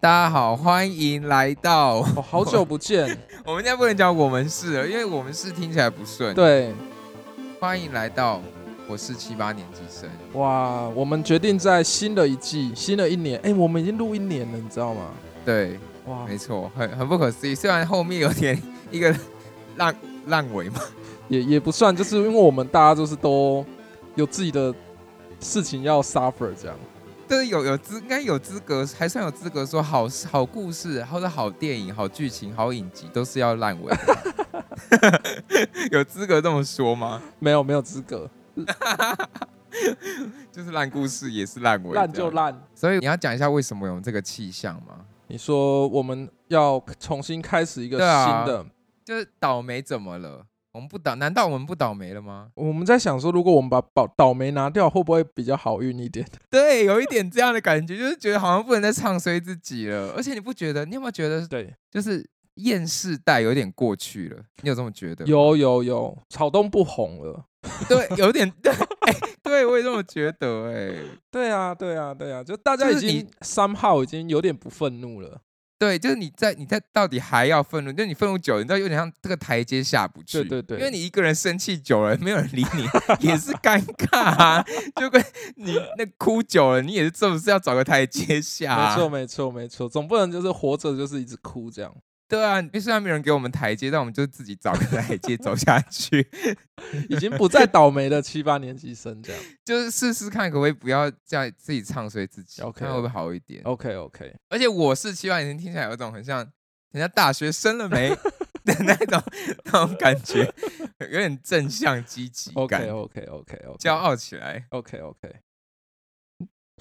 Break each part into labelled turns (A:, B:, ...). A: 大家好，欢迎来到。
B: 哦，好久不 见，
A: 我们现在不能讲我们是了，因为我们是听起来不顺。，
B: 对，
A: 欢迎来到，我是七八年级生。
B: 哇，我们决定在新的一季、新的一年，哎、我们已经录一年了，你知道吗？
A: 对，
B: 哇，
A: 没错，很很不可思议。虽然后面有点一个烂烂尾嘛，
B: 也也不算，就是因为我们大家就是都有自己的事情要 suffer 这样。
A: 但是有有资应该有资格，还算有资格说好好故事，或者好电影、好剧情、好影集都是要烂尾的。 有资格这么说吗？
B: 没有没有资格，
A: 就是烂故事也是烂尾，
B: 烂就。烂。
A: 所以你要讲一下为什么有这个气象吗？
B: 你说我们要重新开始一个
A: 对啊
B: 新的，
A: 就是倒霉怎么了？我们不倒，难道我们不倒霉了吗？
B: 我们在想说，如果我们把倒倒霉拿掉，会不会比较好运一点？
A: 对，有一点这样的感觉，就是觉得好像不能再唱衰自己了。而且你不觉得？你有没有觉得，
B: 对，
A: 就是厌世代有点过去了？你有这么觉得？，
B: 有有有，草东不红了。
A: 对，有点 对、哎对我也这么觉得、哎，
B: 对啊，对啊，对啊，就大家
A: 就
B: 已
A: 是你
B: 经三号已经有点不愤怒了。
A: 对，就是你在你在到底还要愤怒，就是你愤怒久了，你知道有点像这个台阶下不去。
B: 对对对
A: 因为你一个人生气久了，没有人理你也是尴尬啊。 就跟你那哭久了，你也是这么是要找个台阶下、啊。
B: 没错，没错，没错，总不能就是活着就是一直哭这样。
A: 对啊，因为虽然没有人给我们台阶，但我们就自己找个台阶走 下去，
B: 已经不再倒霉的七八年级生 这样。
A: 就是试试看可不可以不要再自己唱衰自己
B: OK 哦
A: 看会不会好一点。
B: OK OK，
A: 而且我是七八年级，听起来有一种很像人家大学生了 没的那种那种感觉，有点正向积极
B: OK 哦
A: 感，
B: OK OK OK，
A: 骄傲起来。
B: OK OK。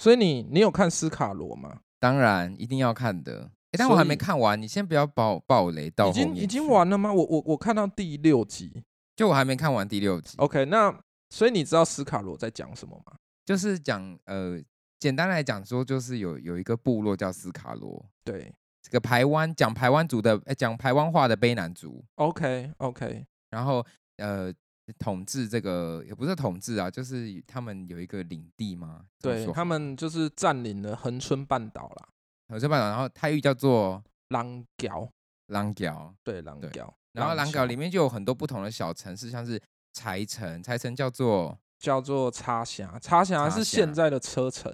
B: 所以你你有看斯卡罗吗？
A: 当然一定要看的，诶但我
B: 所
A: 还
B: 以
A: 没看完，你先不要爆爆雷到
B: 已
A: 后面
B: 经已经
A: 去，
B: 完了吗？我我我看到第六集。
A: 就我还没看完第六集。
B: OK，那所以你知道斯卡罗在讲什么吗？
A: 就是讲呃，简单来讲说，就是有有一个部落叫斯卡罗，
B: 对
A: 这个台湾讲台湾族的，呃讲台湾话的卑南族，
B: ，OK OK，
A: 然后呃统治这个也不是统治啊，就是他们有一个领地嘛，这么
B: 对
A: 说
B: 他
A: 好
B: 们就是占领了恒春半岛啦，
A: 有这半岛，然后泰语叫做
B: 狼角，
A: 朗角，
B: 对狼
A: 对
B: 角，
A: 然后朗角
B: 角
A: 里面就有很多不同的小城市，像是柴城，柴城叫做。
B: 叫做插峡，插峡
A: 插
B: 是
A: 辖
B: 现在的车城。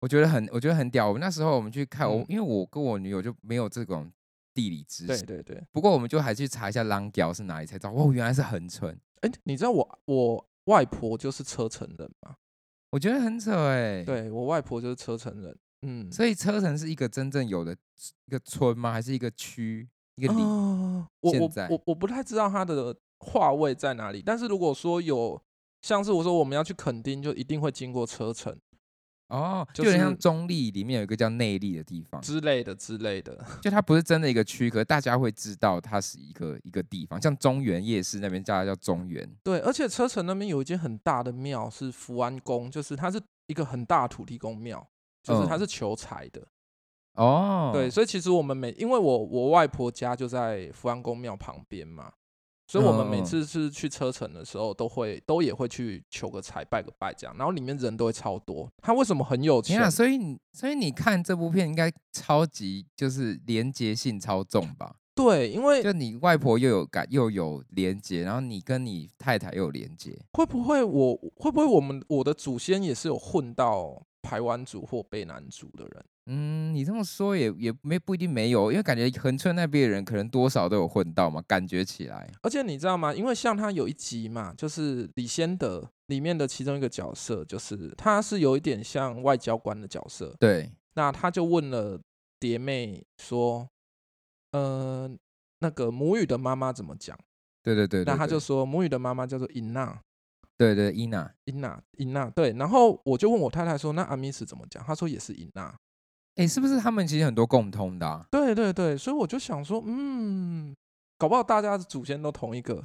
A: 我觉得很，我觉得很屌。我们那时候我们去看，我
B: 嗯
A: 因为我跟我女友就没有这种地理知
B: 对
A: 识，
B: 对对，
A: 不过我们就还去查一下浪角是哪里，才知道哦，原来是横村。
B: 哎、你知道我我外婆就是车城人吗？
A: 我觉得很扯哎、，
B: 对我外婆就是车城人，嗯，
A: 所以车城是一个真正有的一个村吗？还是一个区、一个里？
B: 哦、我
A: 现
B: 我
A: 在
B: 我我不太知道它的话位在哪里，但是如果说有像是我说我们要去垦丁，就一定会经过车城
A: 哦，就
B: 就
A: 有点像
B: 是
A: 中立里面有一个叫内力的地方，
B: 之类的之类的。
A: 就它不是真的一个区，可是大家会知道它是一个一个地方，像中原夜市那边叫它叫中原。
B: 对，而且车城那边有一间很大的庙是福安宫，就是它是一个很大的土地公庙，就是它
A: 嗯
B: 是求财的。
A: 哦，
B: 对，，所以其实我们每因为我我外婆家就在福安宫庙旁边嘛，所以我们
A: 嗯
B: 每
A: 嗯
B: 次是去车城的时候，都会都也会去求个财拜个拜这样，然后里面人都会超多。他为什么很有
A: 天
B: 钱
A: 啊！？所以你所以你看这部片应该超级就是连结性超重吧？
B: 对，因为
A: 就你外婆又有感又有连接，然后你跟你太太又有连接，
B: 会不会我会不会我们我的祖先也是有混到台湾族或卑南族的人？
A: 嗯，你这么说也也没不一定没有，因为感觉恒春那边的人可能多少都有混到嘛，感觉起来。
B: 而且你知道吗？因为像他有一集嘛，就是李先德里面的其中一个角色，就是他是有一点像外交官的角色，
A: 对，
B: 那他就问了蝶妹说：“呃，那个母语的妈妈怎么讲
A: 对对对？”对
B: 那他
A: 对
B: 就说母语的妈妈叫做英娜，
A: 对对伊娜，
B: 英娜，英娜。对，然后我就问我太太说：“那阿米斯怎么讲？”她说也是英娜。
A: 哎，是不是他们其实很多共通的、啊？
B: 对对对，所以我就想说，嗯，搞不好大家的祖先都同一个、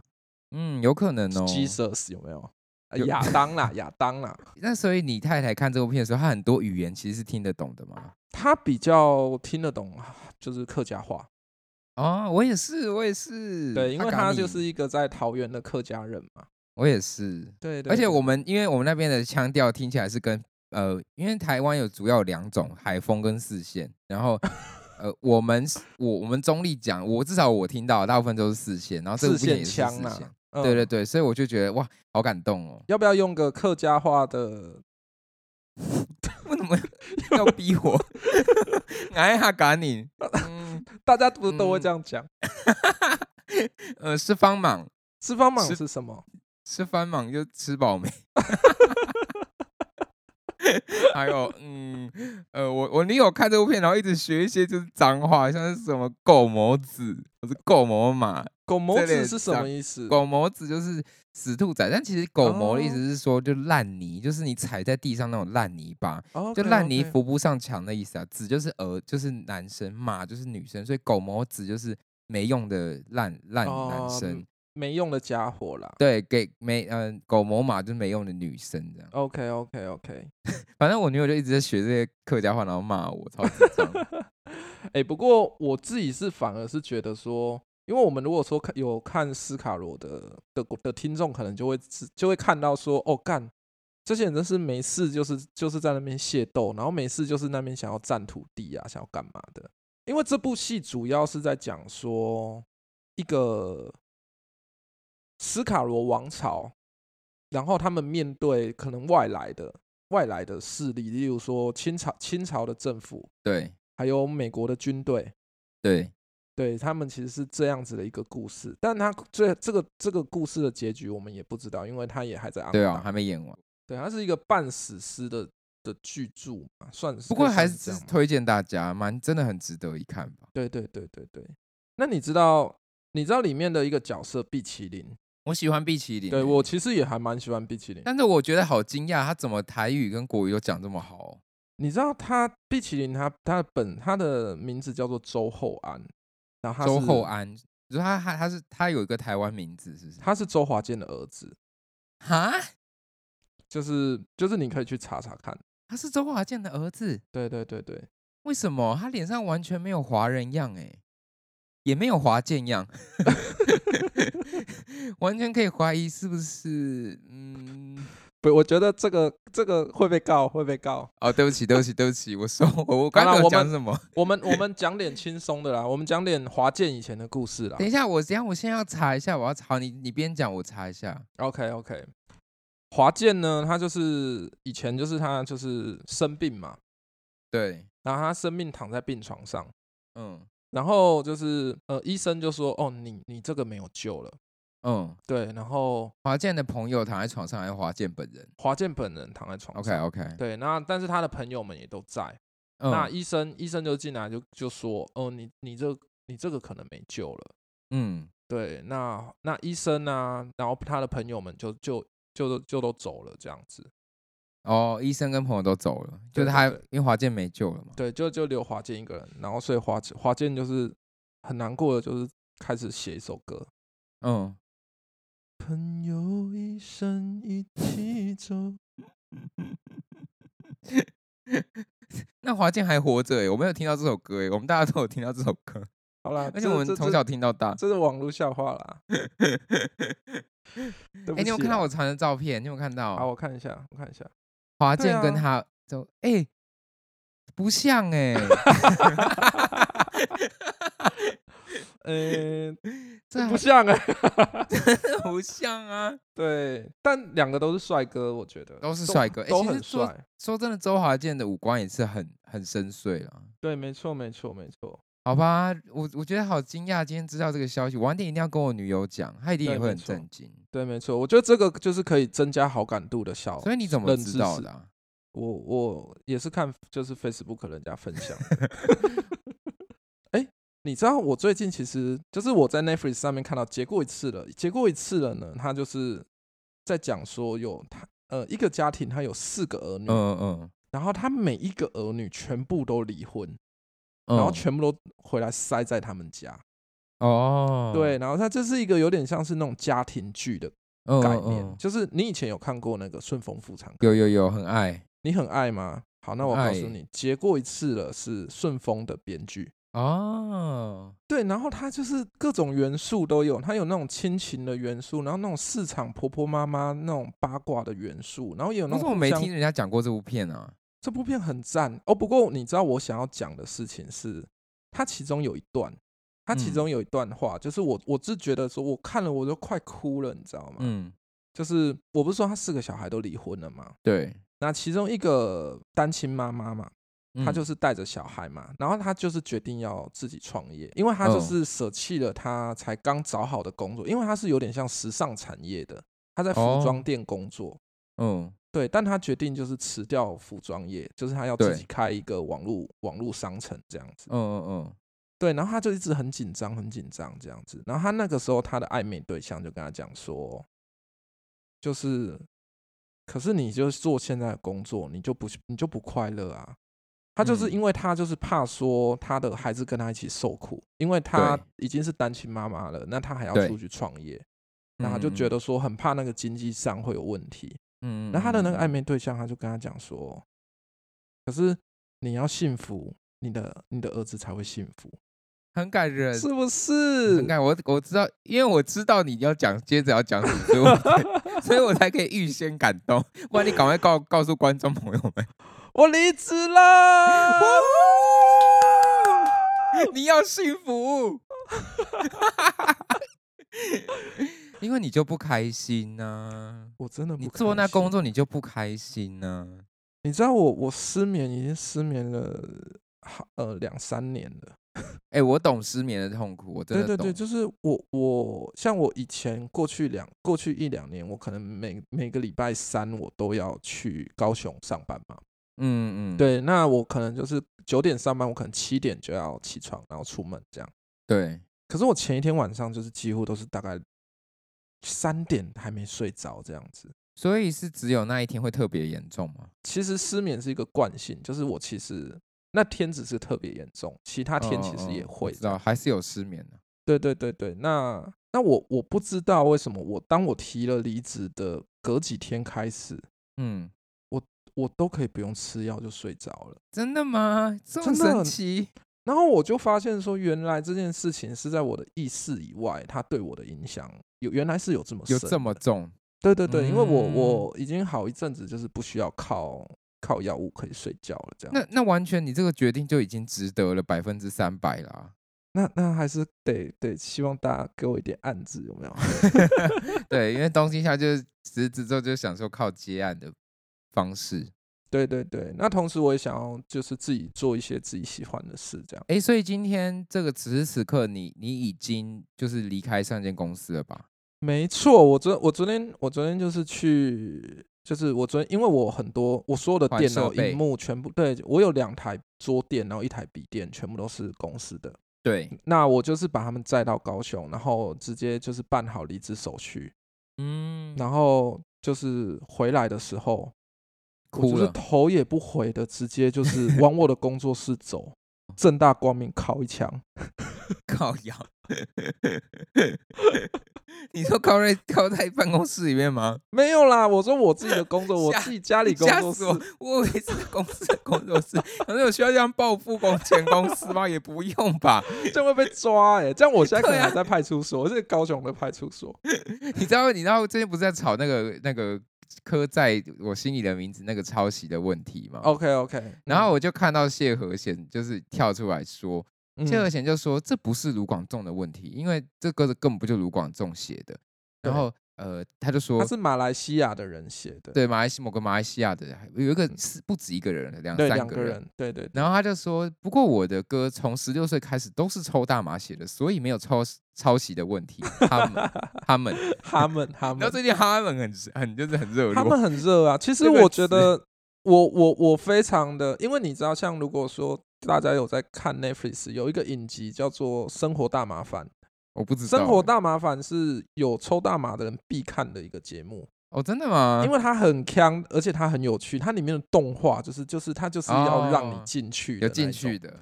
A: 嗯，有可能哦。
B: Jesus 有没有？呃
A: 有
B: 亚 当啦，亚当啦，
A: 那所以你太太看这部片的时候，她很多语言其实是听得懂的嘛？
B: 他比较听得懂，就是客家话。
A: 哦，我也是，我也是。
B: 对，因为
A: 嘎
B: 他就
A: 你
B: 是一个在桃园的客家人嘛。
A: 我也是，
B: 对对，
A: 而且
B: 对
A: 我们因为我们那边的腔调听起来是跟呃，因为台湾有主要有两种海风跟四线，然后 呃，我们我我们中立讲，我至少我听到的大部分都是四线，然后这部
B: 四
A: 片
B: 线
A: 也是
B: 腔
A: 四
B: 啦
A: 线，。
B: 嗯
A: 对对，对，所以我就觉得哇，好感动 哦！
B: 要不要用个客家话的？
A: 为什么要逼我？ 哎呀，赶 你，嗯，
B: 大家不都会
A: 嗯
B: 这样讲？
A: 呃，是方莽，
B: 脂肪莽
A: 是
B: 是什么？
A: 吃番莽就吃饱没？ 还有，嗯，呃，我我女友看这部片，然后一直学一些就是脏话，像是什么狗毛子，或是狗毛马，
B: 狗毛
A: 这类
B: 子
A: 的
B: 是什
A: 脏
B: 么意思？
A: 狗毛子就是死兔仔，但其实狗毛的意思
B: 哦
A: 是说就烂泥，就是你踩在地上那种烂泥巴，
B: 哦
A: 就
B: OK，
A: 烂泥
B: OK
A: 扶不上墙的意思啊。子就是儿，就是男生；马就是女生，所以狗毛子就是没用的烂烂男
B: 哦
A: 生。
B: 嗯没用的家伙啦。
A: 对，给没嗯、狗毛马就是没用的女生这样。
B: OK OK OK，
A: 反正我女友就一直在学这些客家话，然后骂我，超智障。
B: 哎、不过我自己是反而是觉得说，因为我们如果说看有看斯卡罗的的的听众，可能就会知就会看到说，哦干，这些人真是没事就是就是在那边械斗，然后没事就是那边想要占土地啊，想要干嘛的。因为这部戏主要是在讲说一个斯卡罗王朝，然后他们面对可能外来的外来的势力，例如说清朝清朝的政府，
A: 对
B: 还有美国的军队，
A: 对，
B: 对他们其实是这样子的一个故事。但他最这个这个故事的结局我们也不知道，因为他也还在
A: 对
B: 昂
A: 啊，
B: 档
A: 还没演完。
B: 对，它是一个半史诗的的巨著嘛，算是。
A: 不过
B: 可以
A: 还
B: 算这
A: 是
B: 样嘛
A: 推荐大家，蛮真的很值得一看吧。
B: 对对对对对。那你知道你知道里面的一个角色碧麒麟？
A: 我喜欢碧琪玲，
B: 对我其实也还蛮喜欢碧麒麟。
A: 但是我觉得好惊讶，他怎么台语跟国语都讲这么好哦、
B: 你知道他碧麒麟他他的本他的名字叫做周厚安，然后他
A: 周
B: 是
A: 厚，安，你说他他他是他有一个台湾名字是不是？
B: 他是周华健的儿子，
A: 哈，
B: 就是就是你可以去查查看。
A: 他是周华健的儿子？
B: 对对对对，
A: 为什么他脸上完全没有华人样、欸？也没有华健 样， 完全可以怀疑是不是？嗯，
B: 不，我觉得这个这个会被告，会被告。
A: 哦，对不起，对不起，对不起，我说我我刚
B: 好
A: 刚
B: 啦
A: 有
B: 我们
A: 讲什么？
B: 我们我们讲点轻松的啦，我们讲点华健以前的故事啦
A: 等。一下，我等一下我先要查一下，我要查，好你你边讲我查一下。
B: OK OK，华健呢，他就是以前就是他就是生病嘛，
A: 对，
B: 然后他生病躺在病床上，
A: 嗯
B: 然后就是呃医生就说哦你你这个没有救了，
A: 嗯，
B: 对，然后
A: 华健的朋友躺在床上，还是华健本人
B: 华健本人躺在床
A: ？OK
B: 上
A: OK，
B: 对，那但是他的朋友们也都在，那
A: 嗯
B: 医生医生就进来就就说哦你你这你这个可能没救了。
A: 嗯，
B: 对，那那医生啊，然后他的朋友们就就就都就都走了，这样子。
A: 哦，医生跟朋友都走了，就是
B: 对对
A: 他
B: 对
A: 因为华健没救了嘛。
B: 对，就就留华健一个人，然后所以华健华健就是很难过的，就是开始写一首歌。
A: 嗯，
B: 朋友一生一 起走，
A: 那华健还活着诶，我没有听到这首歌欸诶，我们大家都有听到这首歌，
B: 好啦，
A: 而且
B: 这
A: 我们
B: 这
A: 从
B: 这
A: 小听到大。
B: 这是网络笑话 啦。对
A: 哎，
B: 不
A: 你有
B: 起
A: 看到
B: 啦
A: 我传的照片？你有看到？
B: 好，我看一下，我看一下，
A: 华
B: 对
A: 健跟
B: 啊
A: 他走，哎、不 像哎、
B: 呃，
A: 这
B: 不
A: 好
B: 像哎、
A: 像不像啊。
B: 对，但两个都是帅哥，我觉得
A: 都是帅哥哎
B: 都
A: 其
B: 很
A: 实说
B: 帅，
A: 说真的，周华健的五官也是很很深邃了。
B: 对，没错，没错，没错，
A: 好吧，我我觉得好惊讶，今天知道这个消息，晚点一定要跟我女友讲，她一定
B: 对
A: 也会
B: 没
A: 很
B: 错
A: 震惊。
B: 对，没错，我觉得这个就是可以增加好感度的效。
A: 所以你怎么
B: 冷知
A: 知道
B: 识
A: 的、啊？
B: 我我也是看就是 Facebook 人家分享。 哎、你知道我最近其实就是我在 Netflix 上面看到结过一次了，结过一次了呢，他就是在讲说有他呃一个家庭他有四个儿女，
A: 嗯嗯
B: 然后他每一个儿女全部都离婚，
A: 嗯，
B: 然后全部都回来塞在他们家。
A: 哦，
B: 对，然后他这是一个有点像是那种家庭剧的
A: 嗯，
B: 概
A: 嗯
B: 念，
A: 嗯
B: 就是你以前有看过那个《顺风妇产科》
A: 有有有，很爱
B: 你很爱吗？好，那我
A: 很
B: 告
A: 爱
B: 诉
A: 耶
B: 你，结过一次了，是顺丰的编剧。
A: 哦，
B: 对，然后它就是各种元素都有，它有那种亲情的元素，然后那种市场婆婆妈妈那种八卦的元素，然后也有那
A: 可是
B: 种
A: 我
B: 互
A: 没
B: 相
A: 听人家讲过这部片啊。
B: 这部片很赞哦。不过你知道我想要讲的事情是，他其中有一段，他其
A: 嗯
B: 中有一段话，就是我我是觉得说，我看了我都快哭了，你知道吗？
A: 嗯，
B: 就是我不是说他四个小孩都离婚了吗？
A: 对，
B: 那其中一个单亲妈妈嘛，她
A: 嗯
B: 就是是带着小孩嘛，然后她就是决定要自己创业，因为她就
A: 嗯
B: 是舍弃了她才刚找好的工作，因为她是有点像时尚产业的，她在服
A: 哦
B: 装店工作，
A: 嗯
B: 对，但她决定就是辞掉服装业，就是她要自
A: 对
B: 己开一个网络网络商城这样子
A: 嗯，嗯嗯，
B: 对，然后她就一直很紧张，很紧张这样子，然后她那个时候她的暧昧对象就跟她讲说，就是，可是你就做现在的工作，你就不你就不快乐啊。她就是
A: 嗯
B: 因为她就是怕说她的孩子跟她一起受苦，因为她已经是单亲妈妈了，那她还要
A: 对嗯
B: 出去创业，那她就觉得说很怕那个经济上会有问题。
A: 嗯，嗯，
B: 然后她的那个
A: 嗯
B: 暧，昧对象，她就跟她讲说，可是你要幸福，你的你的儿子才会幸福，
A: 很感人，
B: 是不
A: 很
B: 是？
A: 感，我我知道，因为我知道你要讲，接着要讲什么，所以我才所以我才可以预先感动，不然你赶快告告诉观众朋友们。
B: 我离职了。
A: 你要幸福， 因为你就不开心呢、
B: 我真的不
A: 你做那工
B: 作，
A: 作你就不开心呢、
B: 你知道我我失眠已经失眠了好呃两三年了。
A: 哎、我懂失眠的痛苦，我真
B: 对
A: 的
B: 对
A: 懂。
B: 对，就是我我像我以前过去两过去一两年，我可能每每个礼拜三我都要去高雄上班嘛。
A: 嗯嗯，
B: 对，那我可能就是九点上班，我可能七点就要起床，然后出门这样。
A: 对，
B: 可是我前一天晚上就是几乎都是大概三点还没睡着这样子。
A: 所以是只有那一天会特别严重吗？
B: 其实失眠是一个惯性，就是我其实那天只是特别严重，其他天其实也
A: 嗯嗯嗯
B: 会
A: 我知道还是有失眠的、
B: 对对对对，那那我我不知道为什么我当我提了离职的隔几天开始，
A: 嗯，
B: 我都可以不用吃药就睡着了。
A: 真的吗？这么
B: 真的
A: 神
B: 很
A: 奇？
B: 然后我就发现说，原来这件事情是在我的意识以外，它对我的影响有原来是有这么
A: 有
B: 深
A: 这么
B: 的
A: 重？
B: 对对对，因为我
A: 嗯
B: 我已经好一阵子就是不需要靠靠药物可以睡觉了，这样。
A: 那那完全你这个决定就已经值得了百分之三百啦、
B: 那那还是得得希望大家给我一点暗指，有没 有？
A: 对，因为东京下就是辞职之后就享受靠接案的方式。
B: 对对对，那同时我也想要就是自己做一些自己喜欢的事，这样。
A: 哎，所以今天这个此时此刻你，你已经就是离开上一间公司了吧？
B: 没错，我昨我昨天我昨天就是去，就是我昨天因为我很多我所有的
A: 换
B: 电
A: 设
B: 脑
A: 备
B: 荧幕全部对我有两台桌垫，然后一台笔电，全部都是公司的。
A: 对，
B: 那我就是把他们载到高雄，然后直接就是办好离职手续，
A: 嗯
B: 然后就是回来的时候，我
A: 哭
B: 就是
A: 了
B: 头也不回的，直 接就是往我的工作室走，正大光明敲一枪。
A: 靠腰。 你说靠在靠在办公室里面吗？
B: 没有啦，我说我自己的工作，我
A: 吓
B: 自己家里工
A: 吓
B: 作室
A: 死我！我以为是公司的工作室， 可是有需要这样报复公前公司吗？也不用吧。
B: 这样会被抓哎、欸！这样我现在可
A: 对
B: 能
A: 啊
B: 还在派出所，我是高雄的派 出所。
A: 你知道，你知道最近不是在吵那个那个刻在我心里的名字那个抄袭的问题吗？
B: OK OK，
A: 然后我就看到谢和弦就是跳出来说，
B: 嗯
A: 谢和弦就说这不是卢广仲的问题，因为这歌的根本不就卢广仲写的。然
B: 对
A: 后呃，他就说
B: 他，是马来西亚的人写的，
A: 对马来西某个马来西亚的有一个是不止一个人，两
B: 嗯对
A: 啊三
B: 两
A: 个
B: 个人，对对对
A: 然后他就说，不过我的歌从十六岁开始都是抽大麻写的，所以没有抄抄袭的问题。他们他们，
B: 他们 他
A: 然后
B: 们
A: 最近他们很很就是很热络，
B: 他们很热啊。其实
A: 这个
B: 我觉得我我我非常的，因为你知道，像如果说大家有在看 Netflix 有一个影集叫做《生活大麻烦
A: 我不》，知
B: 《
A: 道欸。
B: 生活大麻烦》是有抽大麻的人必看的一个节目。
A: 哦，真的吗？
B: 因为它很强，而且它很有趣。它里面的动画就是就是它就是要让你
A: 哦
B: 进去
A: 有
B: 的那一
A: 进
B: 种、
A: 去的，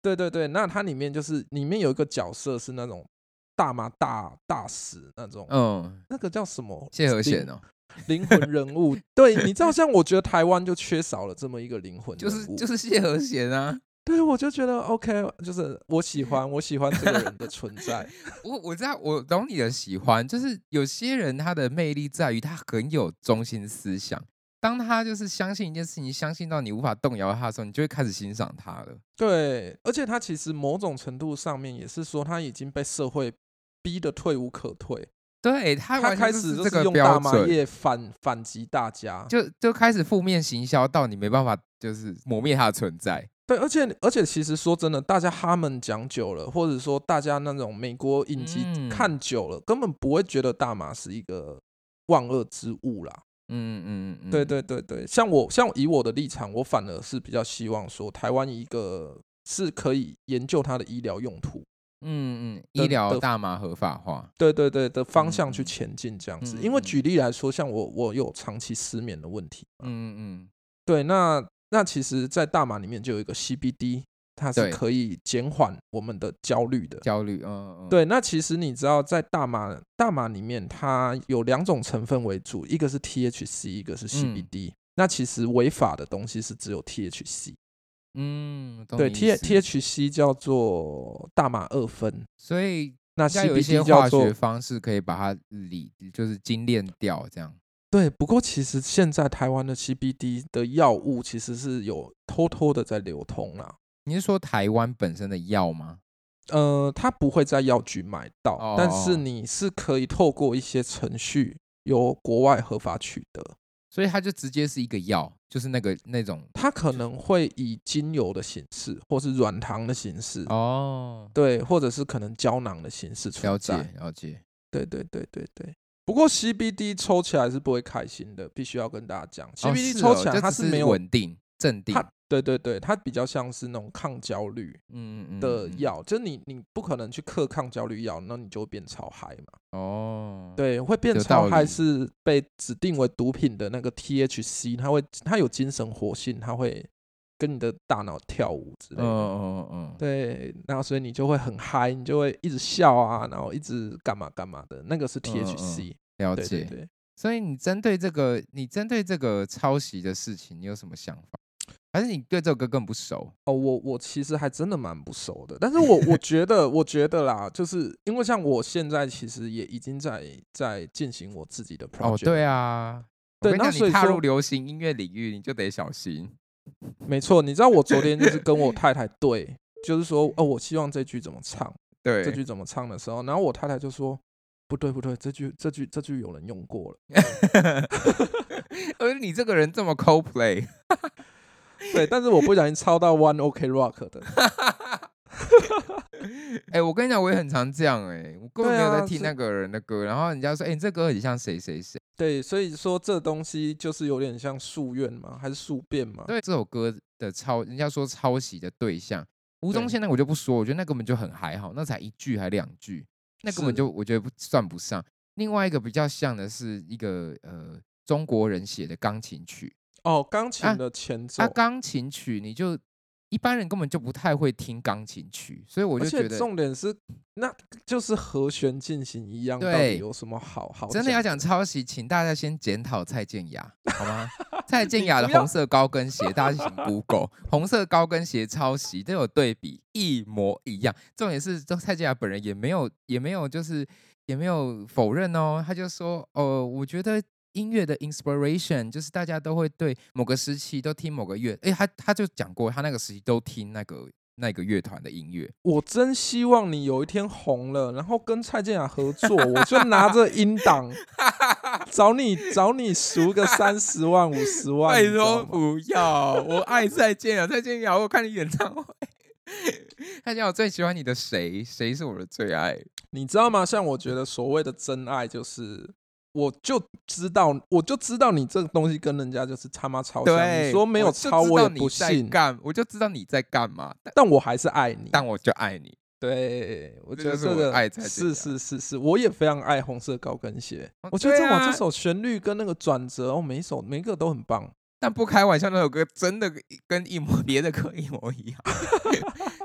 B: 对对对，那它里面就是里面有一个角色是那种大麻大大使那种，
A: 嗯，
B: 那个叫什么
A: 谢和弦哦，
B: 灵灵魂人 物。对，你知道，像我觉得台湾就缺少了这么一个灵魂
A: 就
B: 人
A: 是
B: 物，
A: 就是谢和弦啊。
B: 对我就觉得 OK，就是我喜 欢我喜欢这个人的存在。
A: 我我知道，我懂你的喜欢，就是有些人他的魅力在于他很有中心思想，当他就是相信一件事情，相信到你无法动摇他的时候，你就会开始欣赏他了。
B: 对，而且他其实某种程度上面也是说，他已经被社会逼得退无可退，
A: 对他
B: 他
A: 完
B: 开
A: 全就
B: 始
A: 是
B: 就
A: 这
B: 是
A: 个
B: 用大
A: 标
B: 麻
A: 准，
B: 叶反反击大家。
A: 就就开始负面行销到你没办法，就是磨灭他的存在。
B: 对，而且而且，其实说真的，大家哈们讲久了，或者说大家那种美国影集
A: 嗯
B: 看久了，根本不会觉得大麻是一个万恶之物啦。
A: 嗯嗯嗯嗯，
B: 对对对对，像我像以我的立场，我反而是比较希望说，台湾一个是可以研究它的医疗用途，
A: 嗯嗯，
B: 的
A: 医疗
B: 的啊
A: 大麻合法化，
B: 对对对的方向去
A: 嗯嗯
B: 前进这样子。
A: 嗯
B: 因为
A: 嗯
B: 举例来说，像我我有长期失眠的问题，嘛，
A: 嗯嗯
B: 对，那那其实，在大麻里面就有一个 CBD，它是
A: 对
B: 可以减缓我们的焦虑的
A: 嗯，。焦虑，嗯嗯，，
B: 对，那其实你知道，在大麻大麻里面，它有两种成分为主，一个是 THC，一
A: 嗯
B: 个是 CBD。那其实违法的东西是只有 THC，
A: 嗯，懂
B: 对
A: 你
B: T
A: 意思
B: THC 叫做大麻二酚，
A: 所以
B: 那
A: 应该有一
B: CBD
A: 些
B: 叫
A: 化
B: 做
A: 学方式可以把它理，就是精炼掉这样。
B: 对。不过其实现在台湾的 CBD 的药物其实是有偷偷的在流通啦，
A: 你是说台湾本身的药吗？
B: 呃，它不会在药局买到，
A: 哦
B: 但是你是可以透过一些程序由国外合法取得。
A: 所以它就直接是一个药，就是那个那种
B: 它可能会以精油的形式，或是软糖的形式，
A: 哦，
B: 对，或者是可能胶囊的形式
A: 了
B: 存
A: 解
B: 在。
A: 了解。
B: 对对对对对。不过 CBD 抽起来是不会开心的，必须要跟大家讲
A: 哦
B: ，CBD
A: 是
B: 抽
A: 哦
B: 起来
A: 就
B: 它
A: 只
B: 没有，
A: 稳定镇定，
B: 它对对对，它比较像是那种抗焦虑
A: 嗯嗯嗯
B: 的
A: 嗯
B: 药，就是你你不可能去克抗焦虑药，那你就会变超嗨嘛。
A: 哦，，
B: 对，会变
A: 有
B: 超
A: 道
B: 嗨
A: 理
B: 是被指定为毒品的那个 THC，它会它有精神活性，它会跟你的大脑跳舞之类
A: 嗯
B: 的。
A: 嗯嗯嗯，
B: 对，然后所以你就会很嗨，你就会一直笑啊，然后一直干嘛干嘛的，那个是 THC，、
A: 嗯了
B: 对对
A: 解。
B: 对。
A: 所以你针对这个，你针对这个抄袭的事情，你有什么想法？还是你对这首歌更不熟？
B: 哦，我我其实还真的蛮不熟的，但是我我觉得，我觉得啦，就是因为像我现在其实也已经在在进行我自己的 project，
A: 哦，对，啊，
B: 对
A: 我跟你
B: 那
A: 讲
B: 所以
A: 你踏
B: 说
A: 入流行音乐领域，你就得小心。
B: 没错，你知道我昨天就是 跟我太太对，就是说，哦，我希望这句怎么唱，
A: 对，
B: 这句怎么唱的时候，然后我太太就说，不对不对，这句这句这句有人用过了，
A: 而你这个人这么 co play，
B: 对，但是我不小心抄到 One OK Rock 的，
A: 哎、我跟你讲，我也很常这样、哎，我根本没有
B: 对啊
A: 在听
B: 是
A: 那个人的歌，然后人家说，哎、你这歌很像谁谁 谁。
B: 对，所以说这东西就是有点像夙愿嘛，还是宿便嘛？
A: 对这首歌的抄，人家说抄袭的对象，吴宗
B: 对
A: 宪那个我就不说，我觉得那根本就很还好，那才一句还两句，那根本
B: 是
A: 就我觉得不算不上。另外一个比较像的是一个呃中国人写的钢琴曲，
B: 哦，钢琴
A: 啊
B: 的前奏，
A: 啊，钢琴曲你就一般人根本就不太会听钢琴曲，所以我
B: 而
A: 就
B: 且
A: 觉得
B: 重点哦是，那就是和弦进行一样，到底
A: 对
B: 有什么好好？
A: 真的要，讲抄袭，请大家先检讨蔡健雅，好 吗？蔡健雅的
B: 你不要
A: 红色高跟鞋，大家请 Google 红色高跟鞋抄袭都有对比，一模一样。重点是，这蔡健雅本人也没有，也没有，就是也没有否认哦，他就说，呃，我觉得。音乐的 inspiration 就是大家都会对某个时期都听某个乐，诶，他他就讲过，他那个时期都听那个那个乐团的音乐，
B: 我真希望你有一天红了，然后跟蔡健雅合作，我就拿着音 档找你找你赎个三十万五十万，
A: 拜
B: 你知
A: 托
B: 道吗
A: 不要，我爱蔡健雅，蔡健雅，我看你演唱会。 蔡健雅，我最喜欢你的谁？谁是我的最爱？
B: 你知道吗？像我觉得所谓的真爱，就是我就知道，我就知道你这个东西跟人家就是他妈超像。
A: 对，
B: 你说没有
A: 就
B: 超，
A: 知
B: 我
A: 道
B: 也
A: 你
B: 不
A: 在
B: 信，
A: 干，我就知道你在干嘛，但
B: 但我还是爱你。
A: 但我就爱你。
B: 对，我觉
A: 这
B: 得
A: 就是
B: 这
A: 我
B: 个
A: 爱才这
B: 是
A: 样
B: 是是是，我也非常爱红色高跟鞋。
A: 哦
B: 我觉得这
A: 对啊
B: 哇，这首旋律跟那个转折，哦，每一首每一个都很棒。
A: 但不开玩笑，那首歌真的跟一模别的歌一模一样，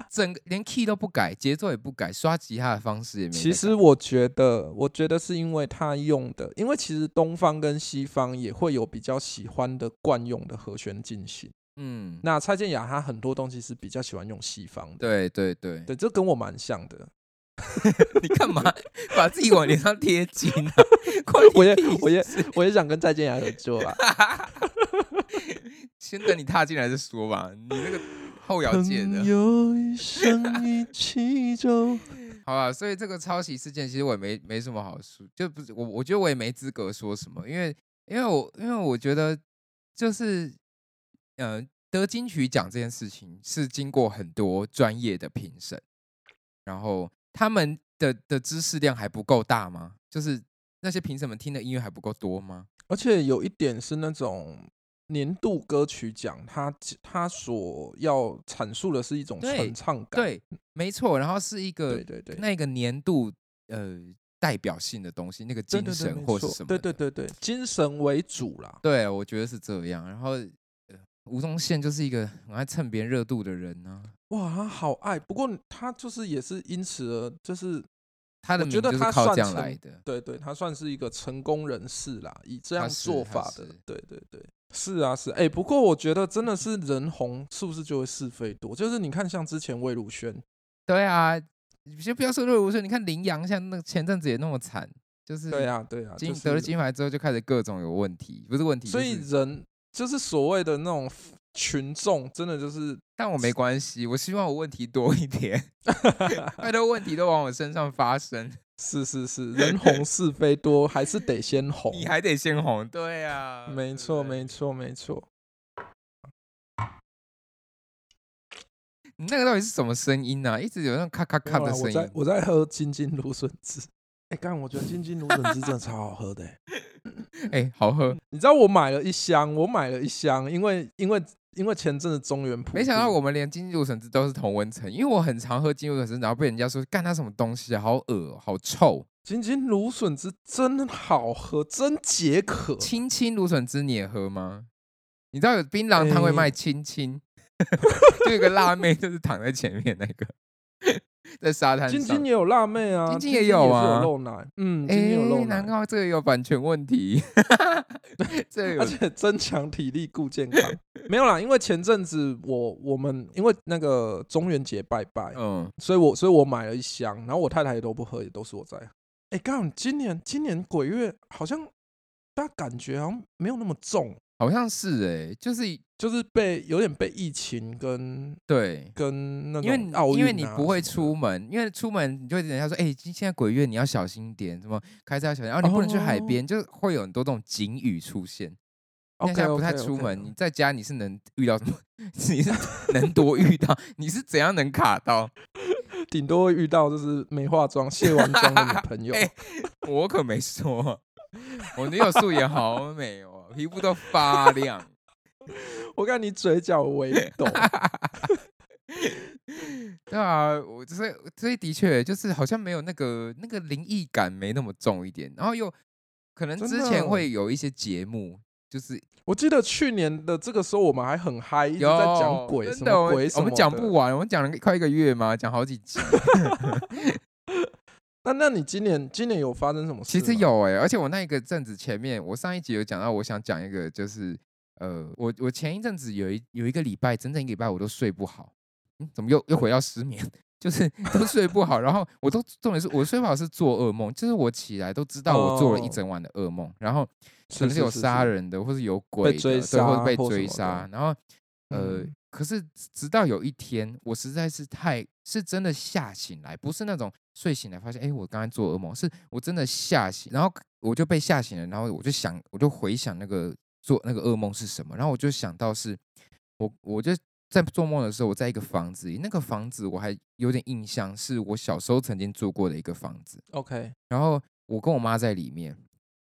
A: 整个连 key 都不改，节奏也不改，刷吉他的方式也没在改。
B: 其实我觉得，我觉得是因为他用的，因为其实东方跟西方也会有比较喜欢的惯用的和弦进行。
A: 嗯，
B: 那蔡健雅她很多东西是比较喜欢用西方的，
A: 对对对，
B: 对，这跟我蛮像的。
A: 你干嘛把自己往脸上贴金啊？关
B: 我
A: 你
B: 也
A: 屁
B: 我也
A: 事
B: 啊我也想跟蔡健雅合作啦。
A: 先等你踏进来再说吧，你那个后摇界的
B: 朋。友一生一起走。
A: 好啊，所以这个抄袭事件其实我也没没什么好说，就不是我，我觉得我也没资格说什么，因为因为我因为我觉得就是嗯、呃得金曲奖这件事情是经过很多专业的评审，然后他们的的知识量还不够大吗？就是那些评审们听的音乐还不够多吗？
B: 而且有一点是那种年度歌曲奖，它它所要阐述的是一种
A: 对
B: 传唱感。
A: 对，没错，然后是一个
B: 对对对，
A: 那个年度呃代表性的东西，那个
B: 对
A: 精
B: 对对
A: 神
B: 没
A: 或是
B: 错
A: 什么
B: 对
A: 的，
B: 对对对，精神为主啦。
A: 对，我觉得是这样。然后、呃吴宗宪就是一个很爱蹭别人热度的人呢、
B: 哇，他好爱，不过他就是也是因此而就是
A: 他的
B: 我
A: 名
B: 觉得
A: 就是
B: 他
A: 靠
B: 算
A: 这样
B: 成
A: 来的。
B: 对对，他算是一个成功人士啦，以这样
A: 他是
B: 做
A: 他
B: 法的
A: 是，
B: 对对对，是啊是，哎、不过我觉得真的是人红是不是就会是非多？就是你看像之前魏如萱，
A: 对啊，先不要说乐无说，你看林阳像那前阵子也那么惨，就是
B: 对啊对啊，
A: 嗯金、
B: 就是
A: 得了金牌之后就开始各种有问题，不是问题。
B: 所以
A: 就是
B: 人就是所谓的那种群众，真的就是
A: 但我没关系，我希望我问题多一 点，拜托问题都往我身上发生，
B: 是是是，人 红是非多，还是得先红。
A: 你还得先红。对啊，对
B: 没
A: 不
B: 错
A: 对
B: 没错没错，
A: 你那个到底是什么声音呢、啊？一直有那种咔咔
B: 没
A: 咔
B: 有
A: 的
B: 啦我
A: 声
B: 在
A: 音。
B: 我在喝金金芦笋汁。哎、干，我觉得金金芦笋汁真的超好喝的欸、
A: 哎、好喝，
B: 你知道我买了一箱，我买了一箱，因为因为因为前阵子中原普渡，
A: 没想到我们连金入笋汁都是同温层，因为我很常喝金入笋汁，然后被人家说干它什么东西啊，好恶，好臭。
B: 金金芦笋汁真好喝，真解渴。
A: 青青芦笋汁你也喝吗？你知道有槟榔摊会卖青青， 就有个辣妹就是躺在前面那个，在沙滩
B: 金
A: 上
B: 金。也有辣妹啊，
A: 金金
B: 金
A: 也
B: 也
A: 有啊
B: 是有肉奶，嗯，金金有
A: 哎
B: 肉，
A: 难
B: 奶，
A: 怪这个有版权问题， 这个有
B: 而且增强体力固健康。没有啦，因为前阵子我我们因为那个中元节拜拜，
A: 嗯，
B: 所以我所以我买了一箱，然后我太太也都不喝，也都是我在喝。哎、刚今年今年鬼月好像大家感觉好像没有那么重，
A: 好像是哎、就是
B: 就是被有点被疫情跟
A: 对。
B: 跟那种
A: 因为你
B: 奥运、啊，
A: 因为你不会
B: 什么
A: 出门，因为出门你就会人家说，哎、今现在鬼月你要小心一点，什么开车要小心，然后你不能去海
B: 哦
A: 边，就会有很多这种警语出现。
B: 的
A: 你现在不
B: OK，OK，OK
A: 太出门，你在家你是能遇到什么？ 你 是能多遇到？你是怎样能卡到？
B: 顶多会遇到就是没化 妆、卸完妆的女朋友。
A: 哎我可没说，我女友素颜好美哦，皮肤都发亮。
B: 我看你嘴角微 抖，
A: 哎对啊，我所以所以的确就是好像没有那个那个灵异感没那么重一点，然后又可能
B: 真
A: 之
B: 的
A: 前会有一些节目，就是
B: 我记得去年的这个时候我们还很嗨，一直
A: 有
B: 在讲鬼
A: 真
B: 什
A: 的我
B: 么
A: 们
B: 鬼什
A: 我
B: 么的。啊
A: 们讲不完，我们讲了快一个月嘛，讲好几 集。
B: 那那你今年今年有发生什么事
A: 其
B: 吗？哦
A: 实有哎、而且我那一个阵子前面，我上一集有讲到，我想讲一个就是呃，我我前一阵子有一有一个礼拜，整整一个礼拜我都睡不好，嗯，怎么又又回到失眠？ 就是都睡不好，然后我都重点是我睡不好是做噩梦，就是我起来都知道我做了一
B: 哦
A: 整晚的噩梦，然后
B: 是
A: 可能
B: 是
A: 有
B: 是
A: 杀
B: 是
A: 人的，或是有鬼的，
B: 追
A: 对，或
B: 杀
A: 是被
B: 或什
A: 追
B: 么的
A: 杀。然后，呃，
B: 嗯
A: 可是直到有一天，我实在是太是真的吓醒来，不是那种睡醒来发现，哎，我刚才做噩梦，是我真的吓醒，然后我就被吓醒了，然后我就想，我就回想那个做那个噩梦是什么，然后我就想到是，我我就在做梦的时候，我在一个房子里，那个房子我还有点印象，是我小时候曾经住过的一个房子，
B: OK
A: 然后我跟我妈在里面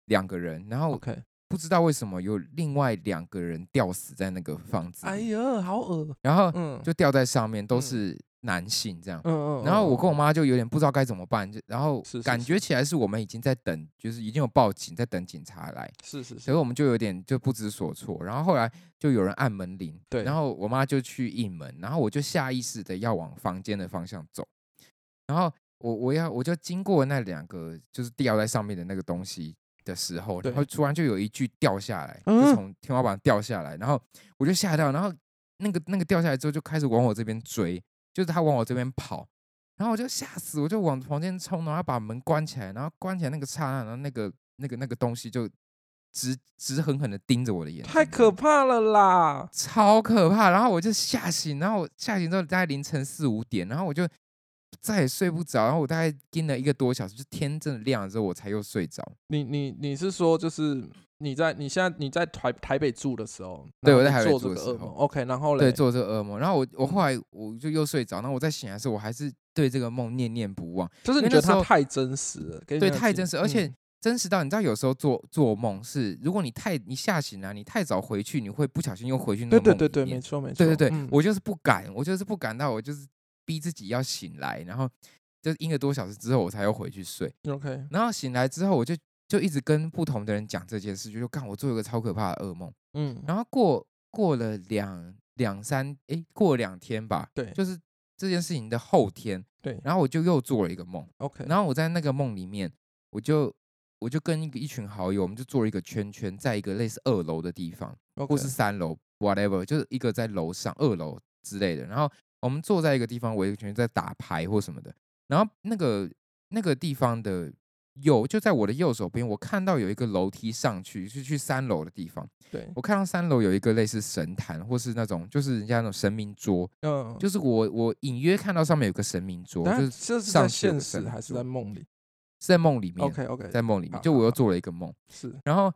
A: 两个人，然后
B: OK，
A: 不知道为什么有另外两个人吊死在那个房子
B: 哎
A: 里，
B: 呀，好恶，
A: 然后
B: 嗯，
A: 就吊在上面，都
B: 嗯
A: 是男性这样。
B: 嗯嗯，
A: 然后我跟我
B: 嗯
A: 妈就有点不知道该怎么办，就然后
B: 是是
A: 感
B: 是
A: 觉起来是我们已经在等，就是已经有报警，在等警察来，
B: 是是
A: 所
B: 是
A: 以我们就有点就不知所措。然后后来就有人按门铃，
B: 对
A: 然后我妈就去应门，然后我就下意识的要往房间的方向走，然后我我要我就经过那两个就是吊在上面的那个东西的时候，
B: 对
A: 然后突然就有一具掉下来，
B: 嗯
A: 就从天花板掉下来，然后我就吓到，然后那个那个掉下来之后就开始往我这边追，就是他往我这边跑。然后我就吓死，我就往房间冲，然后把门关起来，然后关起来那个刹那，然后那个那个那个东西就直直狠狠的盯着我的眼睛，
B: 太可怕了啦！
A: 超可怕。然后我就吓醒，然后我吓醒之后大概凌晨四五点，然后我就再也睡不着，然后我大概盯了一个多小时，就天真的亮了之后我才又睡着。
B: 你你你是说就是你在你现在你在台台北住的时候，
A: 对
B: 然后
A: 我在
B: 你
A: 台北
B: 做
A: 住
B: 这
A: 的
B: 个
A: 时
B: 噩梦
A: 候
B: ，OK，然后嘞，
A: 对，做这个噩梦。然后我
B: 嗯
A: 我后来我就又睡着，然后我再醒来的时候，我还是对这个梦念念不忘，
B: 就是
A: 因
B: 你
A: 为那
B: 觉得
A: 时
B: 它
A: 候
B: 太真实了，给你
A: 对，
B: 那个
A: 太
B: 惊嗯
A: 真实，而且真实到你知道，有时候做做梦是，如果你太你吓醒了、你太早回去，你会不小心又回去那
B: 对
A: 个
B: 对
A: 梦
B: 对
A: 里
B: 对，
A: 面
B: 没错没错，
A: 对对对，
B: 嗯
A: 我就是不敢，我就是不敢到，我就是逼自己要醒来，然后就是一个多小时之后我才又回去睡，
B: OK，
A: 然后醒来之后我就就一直跟不同的人讲这件事，就说干我做一个超可怕的噩梦，
B: 嗯，
A: 然后过过了两两三诶，过两天吧，
B: 对
A: 就是这件事情的后天，
B: 对
A: 然后我就又做了一个梦，
B: OK，
A: 然后我在那个梦里面，我就我就跟一个一群好友，我们就做了一个圈圈，在一个类似二楼的地方。
B: 后
A: 或是三楼，whatever，就是一个在楼上、二楼之类的。然后我们坐在一个地方围一圈在打牌或什么的。然后那个那个地方的右，就在我的右手边，我看到有一个楼梯上去，是去三楼的地方。
B: 对，
A: 我看到三楼有一个类似神坛，或是那种就是人家那种神明桌，
B: 嗯，
A: 就是我我隐约看到上面有个神明桌，
B: 但
A: 就是是
B: 这是
A: 上
B: 在
A: 去有
B: 现
A: 个
B: 实
A: 神
B: 还是
A: 主
B: 在梦里
A: 在梦里面
B: ？OK OK，
A: 在梦里面，
B: 好
A: 就
B: 好
A: 我又
B: 好
A: 做了一个梦。
B: 是
A: 然后，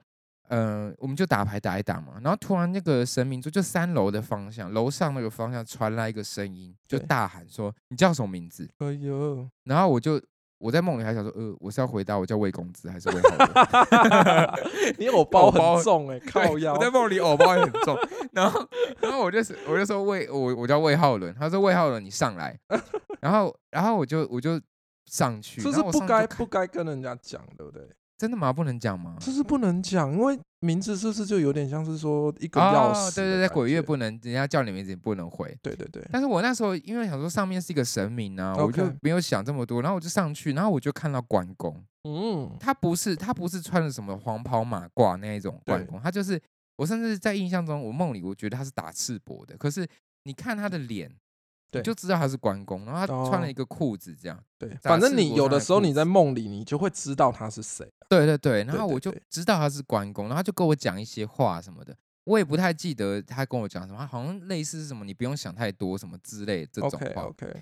A: 呃，我们就打牌打一打嘛，然后突然那个神明桌就三楼的方向，楼上那个方向传来一个声音，就
B: 对
A: 大喊说：“你叫什么名字
B: 哎 呦，？”
A: 然后我就我在梦里还想说：“呃，我是要回答我叫魏公子还是魏浩文
B: 你偶
A: 偶
B: 包
A: 包
B: 很重哎，靠
A: 对
B: 腰
A: 我，在梦里偶包也很重，然后然后我就是我就说魏我我叫魏浩伦，他说魏浩伦你上来，然后然后我就我就上去，
B: 这
A: 然
B: 是
A: 后我
B: 不
A: 上去就
B: 该
A: 看啊
B: 不该跟人家讲，对不对？
A: 真的吗？不能讲吗？
B: 这是不能讲，因为名字是不是就有点像是说一个钥
A: 哦
B: 匙，的
A: 对
B: 感觉？
A: 对对，鬼月不能，人家叫你名字也不能回。
B: 对对 对，
A: 但是我那时候因为想说上面是一个神明啊，我就
B: OK
A: 没有想这么多，然后我就上去，然后我就看到关公，
B: 嗯，
A: 他不是他不是穿了什么黄袍马褂那一种关
B: 对
A: 公，他就是我甚至在印象中，我梦里我觉得他是打赤膊的，可是你看他的脸，你
B: 对
A: 就知道他是关公，然后他穿了
B: 哦
A: 一个裤子这样，
B: 对，
A: 杂
B: 反正
A: 志
B: 你
A: 我
B: 有
A: 上
B: 的
A: 来
B: 时候
A: 裤
B: 你在
A: 子
B: 梦里，你就会知道他是谁啊。
A: 对对对，然
B: 对
A: 后
B: 对
A: 我就
B: 对
A: 知道他是关公，然后他就跟我讲一些话什么的。我也不太记得他跟我讲什么，他好像类似是什么你不用想太多什么之类的这种
B: OK
A: 话。
B: OK，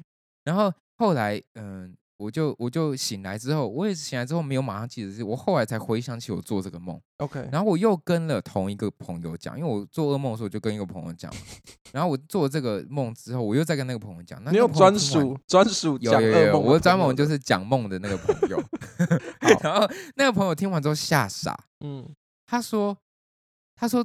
A: 然后后来，嗯，我就我就醒来之后，我也是醒来之后没有马上记得，是我后来才回想起我做这个梦。
B: OK，
A: 然后我又跟了同一个朋友讲，因为我做噩梦的时候我就跟一个朋友 讲嘛，然后我做这个梦之后，我又再跟那个朋友讲。那
B: 你
A: 那
B: 有
A: 个朋友
B: 专
A: 听完
B: 属专属
A: 有
B: 讲
A: 有
B: 噩
A: 有有，
B: 梦的
A: 我专
B: 朋友
A: 门就
B: 的
A: 是讲梦的那个朋 友
B: 好。
A: 然后那个朋友听完之后吓傻，
B: 嗯，
A: 他说，他说，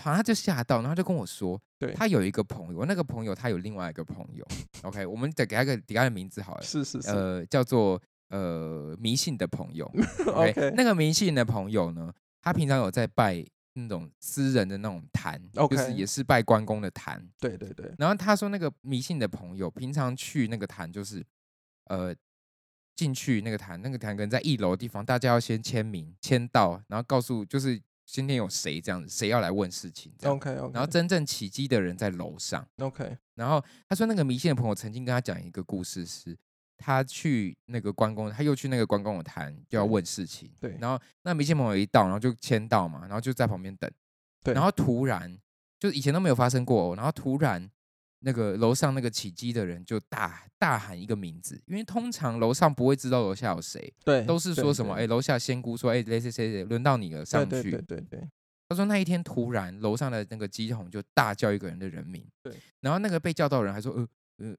A: 好像他就吓到，然后他就跟我说，
B: 对
A: 他有一个朋友，那个朋友他有另外一个朋 友，OK，我们得给他个给他的名字好了，
B: 是是是
A: 呃，叫做呃迷信的朋 友，OK，,
B: ，OK
A: 那个迷信的朋友呢，他平常有在拜那种私人的那种坛就是
B: OK
A: 也是拜关公的坛，
B: 对对对，
A: 然后他说那个迷信的朋友平常去那个坛就是，呃。进去那个坛，那个坛可能在一楼的地方，大家要先签名、签到，然后告诉就是今天有谁这样子，谁要来问事情这样。
B: OK OK，
A: 然后真正起机的人在楼上。
B: OK
A: 然后他说那个迷信的朋友曾经跟他讲一个故事是，他去那个关公，他又去那个关公的坛就要
B: 对
A: 问事情，
B: 对
A: 然后那迷信朋友一到，然后就签到嘛，然后就在旁边等，
B: 对
A: 然后突然就以前都没有发生过、哦，然后突然。那个楼上那个起机的人就大大喊一个名字，因为通常楼上不会知道楼下有谁，
B: 对，
A: 都是
B: 对
A: 说什么哎，
B: 对
A: 楼下仙姑说哎，谁谁谁谁轮到你了，上
B: 对
A: 去
B: 对。对对对，
A: 他说那一天突然楼上的那个鸡桶就大叫一个人的人名，
B: 对，
A: 然后那个被叫到的人还说呃呃，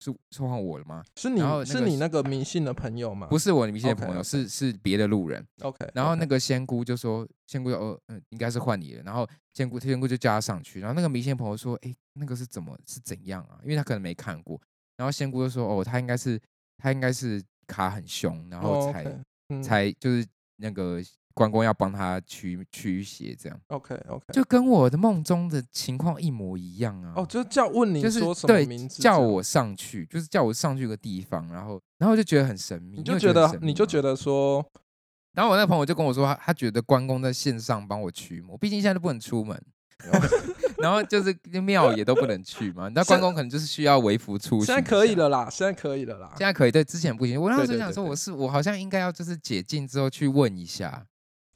A: 是是换我了吗？
B: 是
A: 后
B: 你
A: 那
B: 是
A: 个
B: 你那个迷信的朋友吗？
A: 不是我的迷信的朋友
B: OK，OK
A: 是是别的路人。
B: OK，
A: 然后
B: OK
A: 那个仙姑就说，仙姑就哦嗯，应该是换你了。然后仙姑仙姑就叫他上去，然后那个迷信朋友说，哎，那个是怎么是怎样啊？因为他可能没看过。然后仙姑就说，哦，他应该是他应该是卡很凶，然后
B: 哦
A: 才、
B: OK，嗯
A: 才就是那个关公要帮他驱驱邪这样。
B: OK OK，
A: 就跟我的梦中的情况一模一样啊！
B: 哦，就叫问你
A: 就是
B: 说什么
A: 对
B: 名字这样，
A: 叫我上去，就是叫我上去一个地方，然后然后就觉得很神秘，
B: 你
A: 你
B: 就
A: 有
B: 觉
A: 得
B: 得
A: 很神秘
B: 你就
A: 吗
B: 觉得说
A: 然后我那个朋友就跟我说他，他觉得关公在线上帮我驱魔，毕竟现在都不能出门， 然后就是庙也都不能去嘛。你知道关公可能就是需要微服出巡，
B: 现在可以，了啦，现在可以了啦
A: 现，在可以，对，之前不行。我那时
B: 对
A: 候
B: 对
A: 想
B: 对
A: 说，
B: 对
A: 我是我好像应该要就是解禁之后去问一下，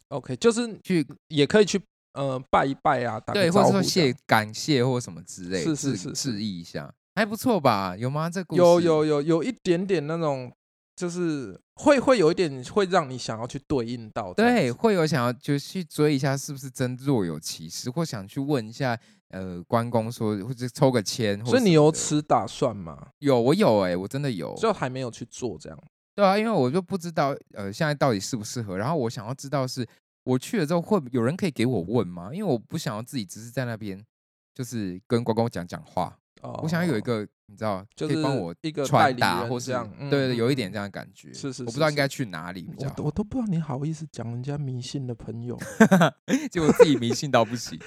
B: OK，就是
A: 去
B: 也可以去呃拜一拜啊，打个
A: 对，或者
B: 招呼
A: 说
B: 这
A: 谢
B: 样
A: 感谢或什么之类，
B: 是是
A: 致
B: 是是
A: 致意一下，还不错吧？有吗？这故事
B: 有有有有一点点那种，就是会会有一点会让你想要去对应到这样
A: 对，
B: 子，
A: 会有想要就去追一下，是不是真若有其事，或想去问一下呃关公说，或者抽个签或什么的。
B: 所以你有此打算吗？
A: 有我有哎、我真的有，
B: 就还没有去做这样。
A: 对啊，因为我就不知道呃现在到底适不适合，然后我想要知道是我去了之后会有人可以给我问吗？因为我不想要自己只是在那边就是跟关公讲讲话，
B: 哦，
A: 我想要有一个你知道
B: 就
A: 可
B: 是
A: 以帮我
B: 一个代
A: 传
B: 理
A: 达
B: 人
A: 或
B: 这
A: 是
B: 样，嗯
A: 对对，
B: 嗯
A: 有一
B: 嗯
A: 点这样的感觉。
B: 是是
A: 我不
B: 是
A: 知道
B: 是
A: 应该去哪里比较
B: 我都
A: 好，
B: 我都不知道你好意思讲人家迷信的朋 友，
A: 结果自己迷信到不 行。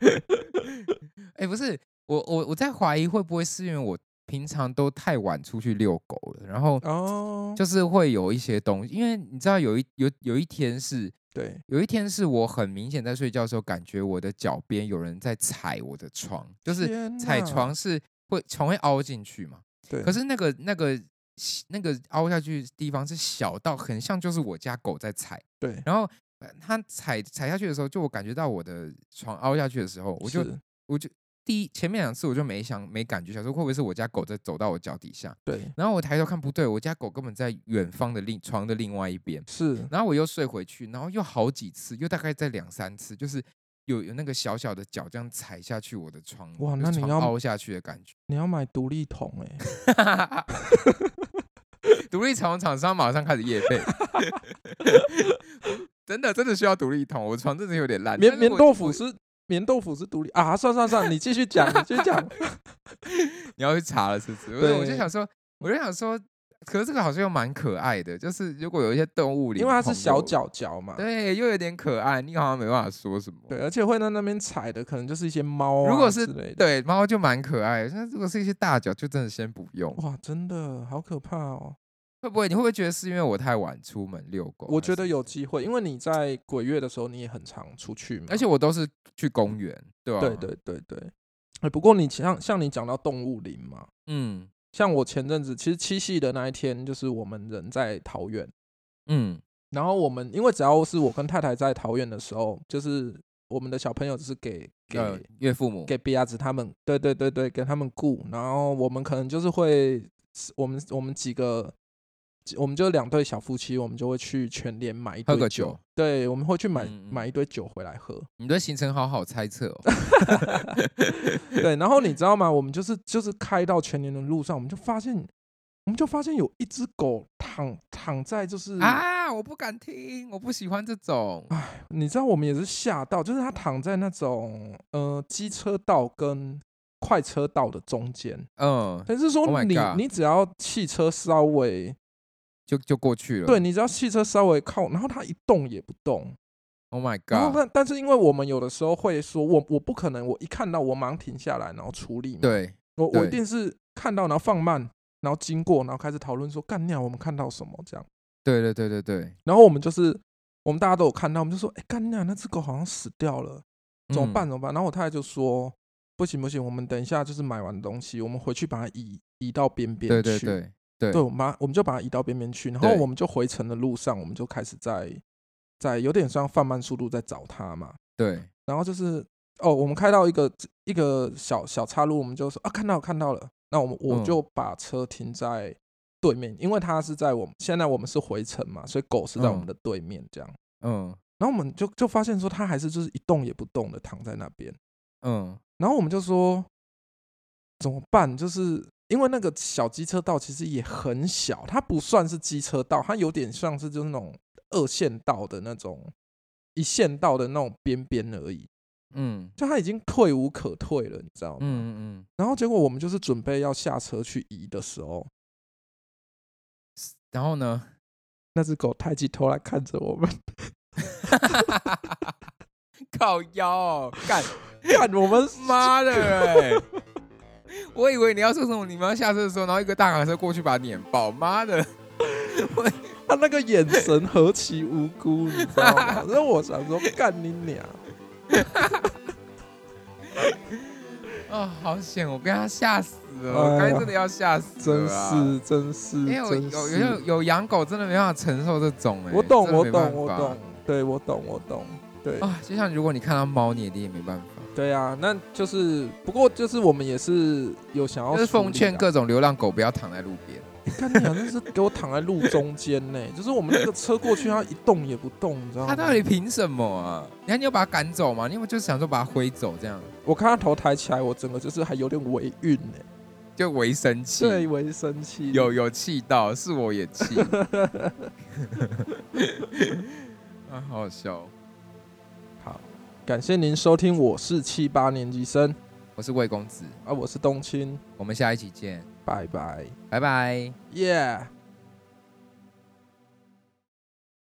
A: 哎、不是我我我在怀疑会不会是因为我平常都太晚出去遛狗了，然后
B: 哦，
A: 就是会有一些东西，因为你知道有一有有一天是
B: 对，
A: 有一天是我很明显在睡觉的时候，感觉我的脚边有人在踩我的床，就是
B: 天
A: 踩
B: 哪
A: 床，是会床会凹进去嘛，
B: 对，
A: 可是那个那个那个凹下去的地方是小到很像就是我家狗在踩，
B: 对，
A: 然后呃它踩踩下去的时候，就我感觉到我的床凹下去的时候，我就是我就第一前面两次我就没想没感觉，想说会不会是我家狗在走到我脚底下，
B: 对
A: 然后我抬头看不对，我家狗根本在远方的另床的另外一边，
B: 是
A: 然后我又睡回去，然后又好几次，又大概在两三次，就是。有有那个小小的脚这样踩下去我的床，
B: 哇
A: 就是
B: 那你
A: 床
B: 要
A: 凹下去的感觉。
B: 你要买独立桶哎、
A: 独立床厂商马上开始夜配， 真的真的需要独立桶，我床真的有点烂。
B: 棉
A: 但
B: 棉
A: 我
B: 豆腐
A: 我
B: 是棉豆腐是独立啊，算算算，你继续讲，你继续讲，
A: 你要去查了是不是？我就我就想说，我就想说，可是这个好像又蛮可爱的，就是如果有一些动物灵
B: 因为
A: 童
B: 它
A: 有，
B: 是小脚脚嘛，
A: 对，又有点可爱，你好像没办法说什么。
B: 对，而且会在那边踩的可能就是一些猫啊
A: 如果是
B: 之类的，
A: 对，猫就蛮可爱的，那如果是一些大脚，就真的先不 用。
B: 哇，真的好可怕哦！
A: 会不会你会不会觉得是因为我太晚出门遛狗？
B: 我觉
A: 还是
B: 得有机会，因为你在鬼月的时候你也很常出去嘛，
A: 而且我都是去公园，对吧、
B: 啊对，对对对，哎，不过你像像你讲到动物林嘛，
A: 嗯
B: 像我前阵子其实七夕的那一天，就是我们人在桃园，
A: 嗯，
B: 然后我们因为只要是我跟太太在桃园的时候，就是我们的小朋友就是给给、
A: 呃岳父母
B: 给比亚子他们，对对对对，给他们雇，然后我们可能就是会，我们我们几个。我们就两对小夫妻，我们就会去全联买一
A: 喝
B: 堆
A: 个
B: 酒
A: 酒
B: 对，我们会去买、
A: 嗯嗯
B: 买一堆酒回来喝。
A: 你对行程好好猜测哦。
B: 对，然后你知道吗？我们就是就是开到全年的路上，我们就发现，我们就发现有一只狗躺躺在就是，
A: 啊，我不敢听，我不喜欢这种。
B: 你知道我们也是吓到，就是它躺在那种呃机车道跟快车道的中间，
A: 嗯，
B: 等于是说
A: Oh my
B: 你、
A: God
B: 你只要汽车稍微，
A: 就就过去了。
B: 对你只要汽车稍微靠，然后它一动也不动，
A: ，Oh my
B: 然后
A: god，
B: 但但是因为我们有的时候会说，我我不可能，我一看到我马上停下来然后处理嘛，
A: 对，
B: 我我
A: 对
B: 一定是看到，然后放慢，然后经过，然后开始讨论说干尿，我们看到什么这样。
A: 对对对对对，
B: 然后我们就是我们大家都有看到，我们就说哎干尿，那只狗好像死掉了，怎么办
A: 嗯？
B: 怎么办？然后我太太就说不行不行，我们等一下就是买完东西，我们回去把它移移到边边
A: 对
B: 去。
A: 对对对
B: 对，我们把我们就把它移到边边去，然后
A: 对
B: 我们就回程的路上，我们就开始在在有点像放慢速度在找它嘛。
A: 对，
B: 然后就是哦，我们开到一个一个小小岔路，我们就说啊，看到看到了，那我们我
A: 嗯
B: 就把车停在对面，因为它是在我们现在我们是回程嘛，所以狗是在我们
A: 嗯
B: 的对面这样。
A: 嗯
B: 然后我们就就发现说，它还是就是一动也不动的躺在那边。
A: 嗯，
B: 然后我们就说怎么办？就是因为那个小机车道其实也很小，它不算是机车道，它有点像是就是那种二线道的那种一线道的那种边边而已。
A: 嗯
B: 就他已经退无可退了，你知道吗？
A: 嗯嗯嗯，
B: 然后结果我们就是准备要下车去移的时候，
A: 然后 呢？
B: 那只狗抬起头来看着我们，
A: 靠腰哦干
B: 看我们
A: 妈的欸！ 我以为你要说什么，你们要下车的时候，然后一个大卡车过去把你碾爆，妈的！
B: 他那个眼神何其无辜，你知 道吗？然后我想说，干你俩，
A: 哦，好险！我被他吓死了，
B: 哎呀
A: 我刚才真的要吓死
B: 真
A: 了啊、
B: 是真是
A: 因为我
B: 嗯真
A: 有有
B: 是
A: 有，有养狗，真的没办法承受这种哎、
B: 我懂
A: 真的
B: 我
A: 没办
B: 懂我
A: 法
B: 懂，对我懂我懂，对
A: 啊！就像如果你看到猫，你一定也没办法。
B: 对啊，那就是不过就是我们也是有想要
A: 就是
B: 处
A: 奉
B: 理啊
A: 劝
B: 啦
A: 各种流浪狗不要躺在路边。
B: 干你啊！真是给我躺在路中间呢、 就是我们那个车过去，它一动也不动，你知道吗？
A: 他到底凭什么啊？你看你有把他赶走吗？你有没有就想说把他挥走这样？
B: 我看它头抬起来，我整个就是还有点尾韵呢、
A: 就为生
B: 这
A: 气，
B: 一为生气。
A: 有有气到，是我也气。 啊，好好笑哦！
B: 好，感谢您收听，我是七八年级生
A: 我是魏公子，
B: 啊，我是冬青，
A: 我们下一期见，
B: 拜拜，
A: 拜拜。
B: 耶、yeah!。